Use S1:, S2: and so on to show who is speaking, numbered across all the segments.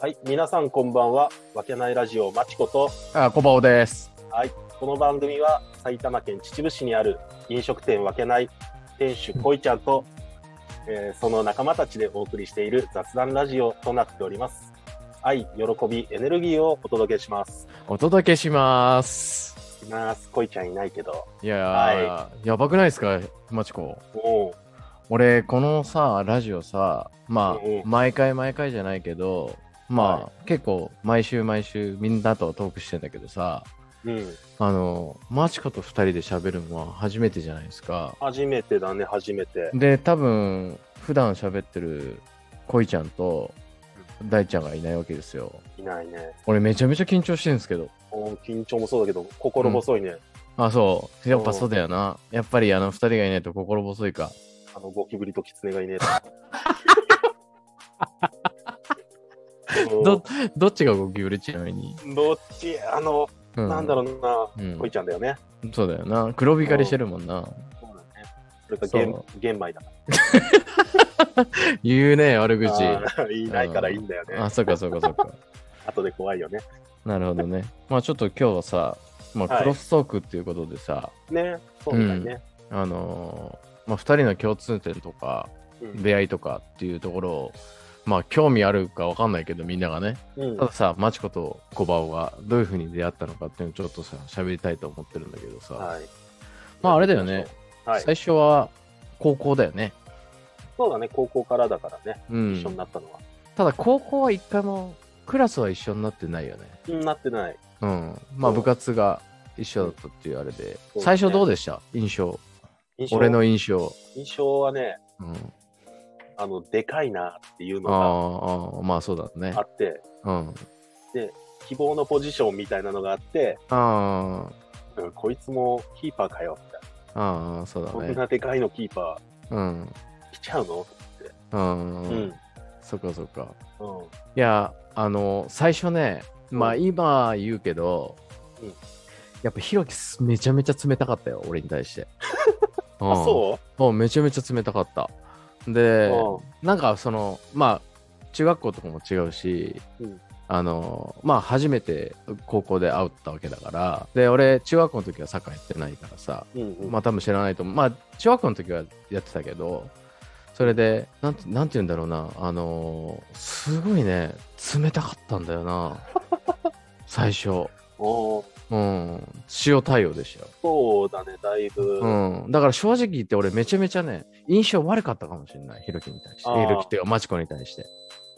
S1: はい、皆さんこんばんは。わけないラジオまちこと。
S2: あ、こばおです。
S1: はい、この番組は埼玉県秩父市にある飲食店わけない店主こいちゃんと、えーその仲間たちでお送りしている雑談ラジオとなっております。愛、喜び、エネルギーをお届けします。
S2: お届けします。
S1: います。こいちゃんいないけど。
S2: いやー、やばくないですか、まちこ。
S1: おう
S2: 俺、このさ、ラジオさ、ま
S1: うんうん
S2: あ、毎回毎回じゃないけど、まあ、
S1: は
S2: 結構、毎週毎週、みんなとトークしてんだけどさ、
S1: うん、
S2: あの、まちこと二人で喋るのは初めてじゃないですか。
S1: 初めてだね、初めて。
S2: で、多分、普段喋ってる、こいちゃんと、大ちゃんがいないわけですよ。
S1: いないね。
S2: 俺、めちゃめちゃ緊張してるんですけど。
S1: おう緊張もそうだけど、心細いね。
S2: あ、そう。やっぱそうだよな。やっぱりあの二人がいないと心細いか。
S1: あのゴキブリとキツネがいねえと
S2: ど、どっちがゴキブリちなみに。
S1: うんどっちあの、
S2: う
S1: なんだろうな、
S2: うん
S1: こいちゃんだよね。
S2: そうだよな。黒光りしてるもんな。
S1: そうだね。それか玄
S2: そ
S1: 玄米だか
S2: 言うね、悪口。
S1: ら
S2: あ。
S1: あー いないからいいんだよね。
S2: そっかそっかそっか。
S1: 後で怖いよね。
S2: なるほどね。まあちょっと今日はさ、ま
S1: は
S2: あ
S1: い
S2: クロストークっていうことでさ、
S1: ね、そうみたいね。
S2: あのーまあ二人の共通点とか、
S1: うん
S2: 出会いとかっていうところを、まあ興味あるかわかんないけどみんながね、
S1: うん
S2: たださ、マチコとコバオがどういうふうに出会ったのかっていうのをちょっとさ、喋りたいと思ってるんだけどさ、
S1: はい。
S2: まああれだよね。
S1: はい。
S2: 最初は高校だよね。
S1: そうだね、高校からだからね、
S2: う
S1: 一緒に
S2: ん。
S1: なったのは。
S2: ただ高校は一回もクラスは一緒になってないよね。
S1: うん、なってない。
S2: うん。
S1: そ
S2: まあ
S1: う
S2: 部活が一緒だったっていうあれで。
S1: ね
S2: 最初どうでした印象。
S1: 印象
S2: 俺の印象。
S1: 印象はね、
S2: うん、
S1: あの、でかいなっていうの
S2: あ
S1: が
S2: ーあー、まあそうだね
S1: あ。って、
S2: うん。
S1: 希望のポジションみたいなのがあって、
S2: あー
S1: うんこいつもキーパーかよ、みたい
S2: あー、そう
S1: な。こ
S2: だ
S1: ん
S2: ね。
S1: なでかいのキーパ
S2: うん。
S1: ー来ちゃうの
S2: うん。
S1: うん。うん。
S2: そっかそっか。
S1: うん
S2: いや、あの、最初ね、まあ
S1: うん
S2: 今言うけど、
S1: うん
S2: やっぱひろきすめちゃめちゃ冷たかったよ、俺に 対して。
S1: あ、
S2: うん
S1: そう
S2: もうめちゃめちゃ冷たかった。で、
S1: う
S2: なんかその、まあ、中学校とかも違うし、
S1: うん
S2: あの、まあ、初めて高校で会ったわけだから、で、俺、中学校の時はサッカーやってないからさ、
S1: うんうん
S2: まあ、多分知らないと思う。まあ、中学校の時はやってたけど、それで、なんて、なんて言うんだろうな、あのすごいね、冷たかったんだ よな、最初。
S1: おー
S2: うん、塩対応でしたよ。
S1: そうだね、だいぶ。
S2: うん、だから正直言って俺めちゃめちゃね印象悪かったかもしれないひろきに対して
S1: あー
S2: ひろきっていうかマチコに対して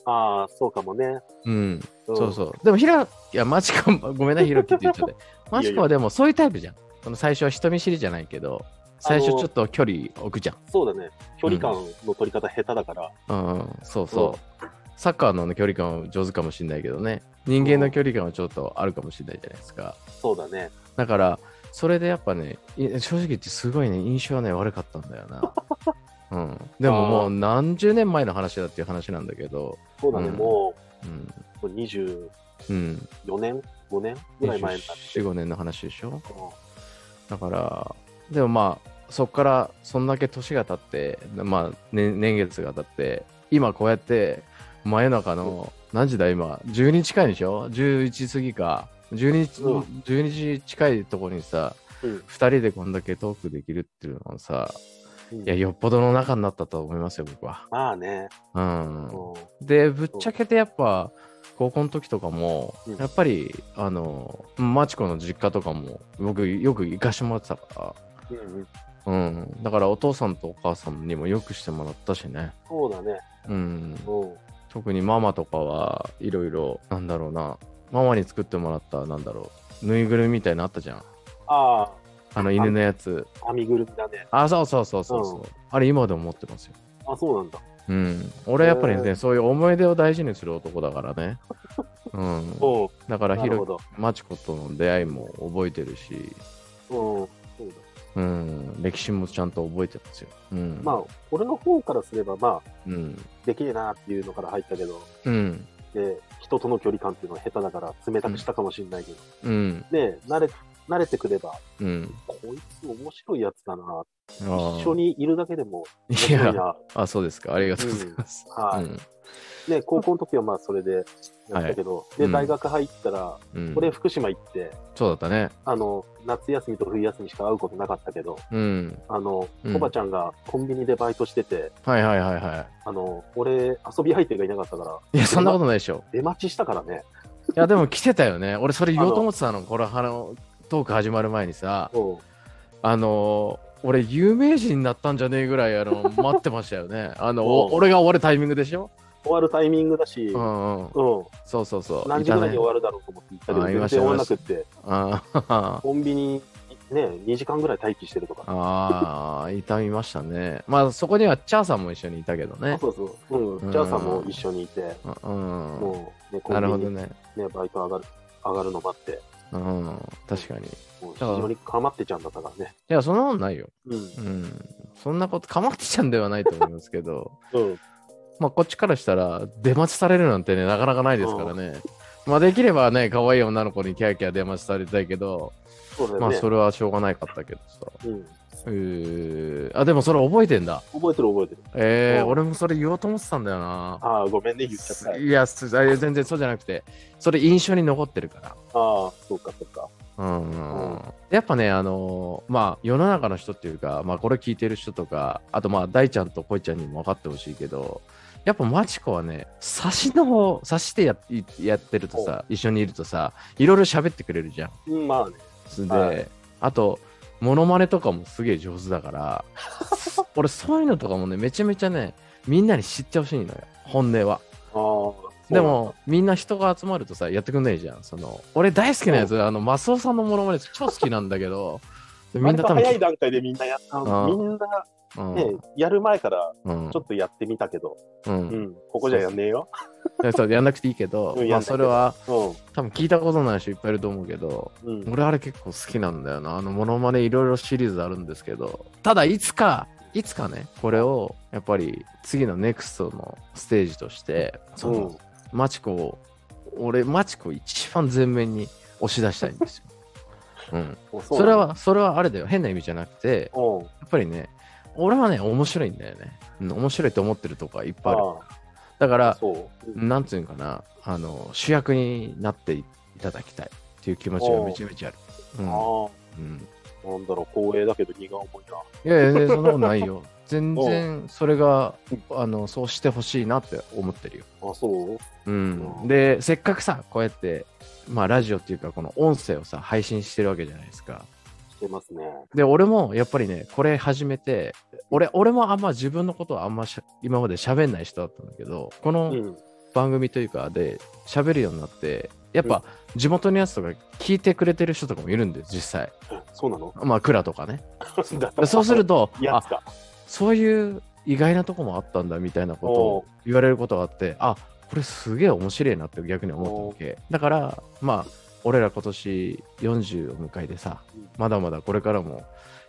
S1: ああ、そうかもね。
S2: うん
S1: ん
S2: そうそうでもひろいやマチコごめんなひろきって言っちゃって マチコはでもそういうタイプじゃんその最初は人見知りじゃないけど最初ちょっと距離置くじゃん
S1: そうだね。距離感の取り方下手だから。
S2: うんそうそうサッカーのね距離感は上手かもしれないけどね人間の距離感はちょっとあるかもしれないじゃないですか
S1: そうだね。
S2: だからそれでやっぱねい正直言ってすごいね印象はね悪かったんだ よなうん、でもも
S1: あー
S2: う何十年前の話だっていう話なんだけど、
S1: そうだね、
S2: うん
S1: も
S2: うん
S1: うもう24
S2: うん、
S1: 年 ?5 年ぐらい前になって。
S2: 45年の話でしょ
S1: うん
S2: だからでもまあそっからそんだけ年が経って、まあね年月が経って今こうやって真夜中の何時だ今12近いでしょ11時過ぎか12時,、
S1: うん
S2: 12時近いところにさ、
S1: うん
S2: 2人でこんだけトークできるっていうのはさ
S1: うん
S2: いや、よっぽどの仲になったと思いますよ、僕は。
S1: まあね。
S2: うん。
S1: うん
S2: で、ぶっちゃけてやっぱ、高校の時とかも
S1: うん、
S2: やっぱり、あの、マチコの実家とかも、僕、よく行かしてもらってたか
S1: うんうん
S2: ら、うん。だから、お父さんとお母さんにもよくしてもらったしね。
S1: そうだね。
S2: うん。
S1: うん
S2: 特にママとかはいろいろ、なんだろうな、ママに作ってもらった、なんだろう、ぬいぐるみみたいなのあったじゃん。
S1: あ
S2: あの、犬のやつ。
S1: あ、編みぐるみだね。
S2: あ、そうそうそうそうそうう。あれ、今でも持ってますよ。
S1: あそうなんだ。
S2: うん、俺はやっぱり
S1: え
S2: ね、
S1: ー
S2: そういう思い出を大事にする男だか らね。うん、
S1: うん
S2: だから
S1: な
S2: ひ
S1: るほ
S2: ろ
S1: ど。
S2: まちことの出会いも覚えてるし、
S1: うんそうだ
S2: うん、歴史もちゃんと覚えてますよ。うん、
S1: まあ、俺の方からすれば、まあ、
S2: うん、
S1: できねえなっていうのから入ったけど、
S2: うん、
S1: で人との距離感っていうのは下手だから冷たくしたかもしれないけど。
S2: うん、
S1: で慣れ慣慣れてくれば、
S2: うん。
S1: こいつ面白いやつだな、
S2: 一
S1: 一緒にいるだけでも面
S2: い
S1: 白い
S2: や、
S1: な、
S2: あ、そうですか。ありがとうございます。う
S1: はい
S2: ん。
S1: ね、高校の時はまあそれでやったけど、
S2: う
S1: で
S2: ん
S1: 大学入ったら、
S2: うん
S1: これ福島行って、
S2: そうだったね。
S1: あの夏休みと冬休みしか会うことなかったけど、
S2: うん。
S1: あの、
S2: うん
S1: おばちゃんがコンビニでバイトしてて、
S2: はいはいはいは
S1: あの俺、遊び相手がいなかったから、
S2: い。いや、そんなことないでしょ。
S1: 出待ちしたからね、
S2: いや、でも来てたよね。俺、それ言おうと思ってたの。これ、あの、トーク始まる前にさ、
S1: うん
S2: あのー、俺、有名人になったんじゃねえぐらい、あの、待ってましたよね。あの、お
S1: うん
S2: 俺が終わるタイミングでしょ
S1: 終わるタイミングだし、
S2: う
S1: うん
S2: うん。そうそうそう。
S1: 何時ぐらいに終
S2: わ
S1: わるだろうと思って行ったけ
S2: あ
S1: ど、
S2: い
S1: 全
S2: ま
S1: 然
S2: した
S1: 終わらなくって、
S2: あー
S1: コンビニ、ね、2時間ぐらい待機してるとか、
S2: あー、痛みましたね。まあ、そこにはチャーさんも一緒にいたけどね。
S1: そうそう、
S2: う
S1: うんん、ジャーさんも一緒にいて、
S2: うん。うん
S1: もう、ね、コ
S2: なるほ
S1: ンビ
S2: ど
S1: ニ、ね
S2: ね。
S1: バイト上がる上がるの待って、
S2: うん。確かに。い
S1: もう非
S2: だから
S1: 常にかまってちゃんだったからね。
S2: や、そんなことないよ。
S1: うん
S2: うん。そんなこと、かまってちゃんではないと思いますけど。
S1: うん、
S2: まあ、こっちからしたら出待ちされるなんてねなかなかないですからね、まあ、できればね可愛い女の子にキャーキャー出待ちされたいけど、
S1: そうだよね。
S2: まあそれはしょうがないかったけどさ
S1: うん、
S2: えー、あでもそれ覚えてんだ
S1: 覚えてる覚えてる。
S2: えー、
S1: うん
S2: 俺もそれ言おうと思ってたんだよな
S1: ああ、ごめんね、言っちゃった。あ
S2: いやすあいや全然そうじゃなくてそれ印象に残ってるから
S1: あ、そうか、そうか。
S2: うんうん
S1: うん
S2: やっぱね、あのーまあ、世の中の人っていうか、まあ、これ聞いてる人とか、あと、まあ、大ちゃんとこいちゃんにも分かってほしいけど、やっぱ、マチコはね、差しの方、差してやいやってるとさ、一緒にいるとさ、いろいろ喋ってくれるじゃん。
S1: うん、まあね。
S2: で、
S1: はい
S2: あと、モノマネとかもすげえ上手 だから、俺、そういうのとかもね、めちゃめちゃね、みんなに知ってほしいのよ、本音は。
S1: ああそう
S2: でも、みんな人が集まるとさ、やってくんないじゃん。その、俺大好きなやつ、あの、マスオさんのモノマネ超好きなんだけど、みん
S1: 割
S2: な
S1: と
S2: 多分
S1: 早い段階でみんなやった
S2: ああ
S1: みんな
S2: うん
S1: ね、やる前から
S2: うん
S1: ちょっとやってみたけど、
S2: う
S1: うんん、ここじゃやんねえよ。
S2: いやそうやんなくていいけど、
S1: うん
S2: ま
S1: やんな
S2: あ、
S1: いけど
S2: それは
S1: う
S2: 多分聞いたことない人いっぱいいると思うけど、
S1: ん、うん、
S2: 俺あれ結構好きなんだよな。あの、モノマネいろいろシリーズあるんですけど、ただいつか、いつかね、これを、やっぱり次のネクストのステージとして、その、
S1: うん
S2: マチコを、俺、マチコを一番前面に押し出したいんです よ。うん。
S1: もうう
S2: それ、は、それはあれだよ。変な意味じゃなくて、
S1: うん、
S2: やっぱりね、俺はね、面白いんだよね。うん面白いと思ってるとかいっぱいある。
S1: あ
S2: だか
S1: あ、
S2: ら、
S1: そう、うん
S2: なんつうんかな、あの、主役になっていただきたいっていう気持ちがめちゃめちゃある。うん
S1: あ
S2: うん、
S1: あ、なんだろう、光栄だけど荷が重いな。
S2: いやいや、そんなことな いよ。全然、それが、あの、そうしてほしいなって思ってるよ。
S1: あそう
S2: うん、でせっかくさこうやって、まあ、ラジオっていうかこの音声をさ配信してるわけじゃないですか
S1: してますね。
S2: で俺もやっぱりねこれ始めて俺俺もあんま自分のことはあんましゃ今まで喋んない人だったんだけどこ
S1: う
S2: の
S1: ん、
S2: 番組というかで喋るようになってやっぱ地元のやつとか聞いてくれてる人とかもいるんです実際
S1: そうなの
S2: まあ蔵とかね
S1: だ
S2: でそうすると
S1: や
S2: あ
S1: つか。
S2: そういう意外なとこもあったんだみたいなことを
S1: お
S2: 言われることがあってあこれすげえ面白いなって逆に思ったわけだからまあ俺ら今年40を迎えてさ
S1: うん
S2: まだまだこれからも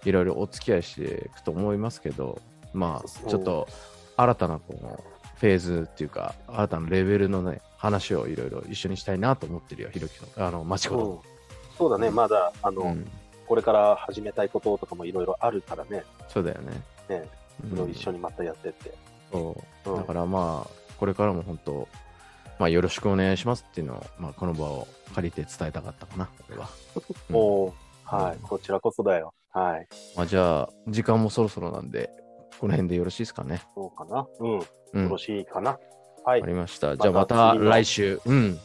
S2: いろいろお付き合いしていくと思いますけどま
S1: そ
S2: あ
S1: う
S2: ちょっと新たなこのフェーズっていうか新たなレベルのね話をいろいろ一緒にしたいなと思ってるよひろきとあの町
S1: う
S2: 子
S1: ん
S2: と、
S1: そうだね、まだ、あの、
S2: うん
S1: これから始めたいこととかもいろいろあるからね、
S2: そうだよね
S1: ね
S2: うん
S1: 一緒にまたやってって。
S2: そう
S1: うん
S2: だからまあ、これからも本当、まあ、よろしくお願いしますっていうのを、まあ、この場を借りて伝えたかったかな、これは。うん
S1: おーはい、
S2: うん
S1: こちらこそだよ。はい、
S2: まあ、じゃあ、時間もそろそろなんで、この辺でよろしいですかね。
S1: そうかな。うん、よ
S2: うん、
S1: ろ
S2: わか
S1: しいかな。はい、
S2: りました。
S1: また
S2: じゃあ、また
S1: 次の
S2: 来週、うん
S1: うん、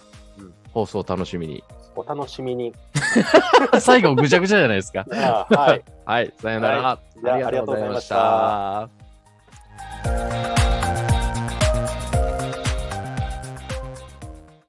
S2: 放送楽しみに。
S1: お楽しみに。
S2: 最後、ぐちゃぐちゃじゃないですか。
S1: あーはい。
S2: はい、さよなら。
S1: じゃあありがとうございました。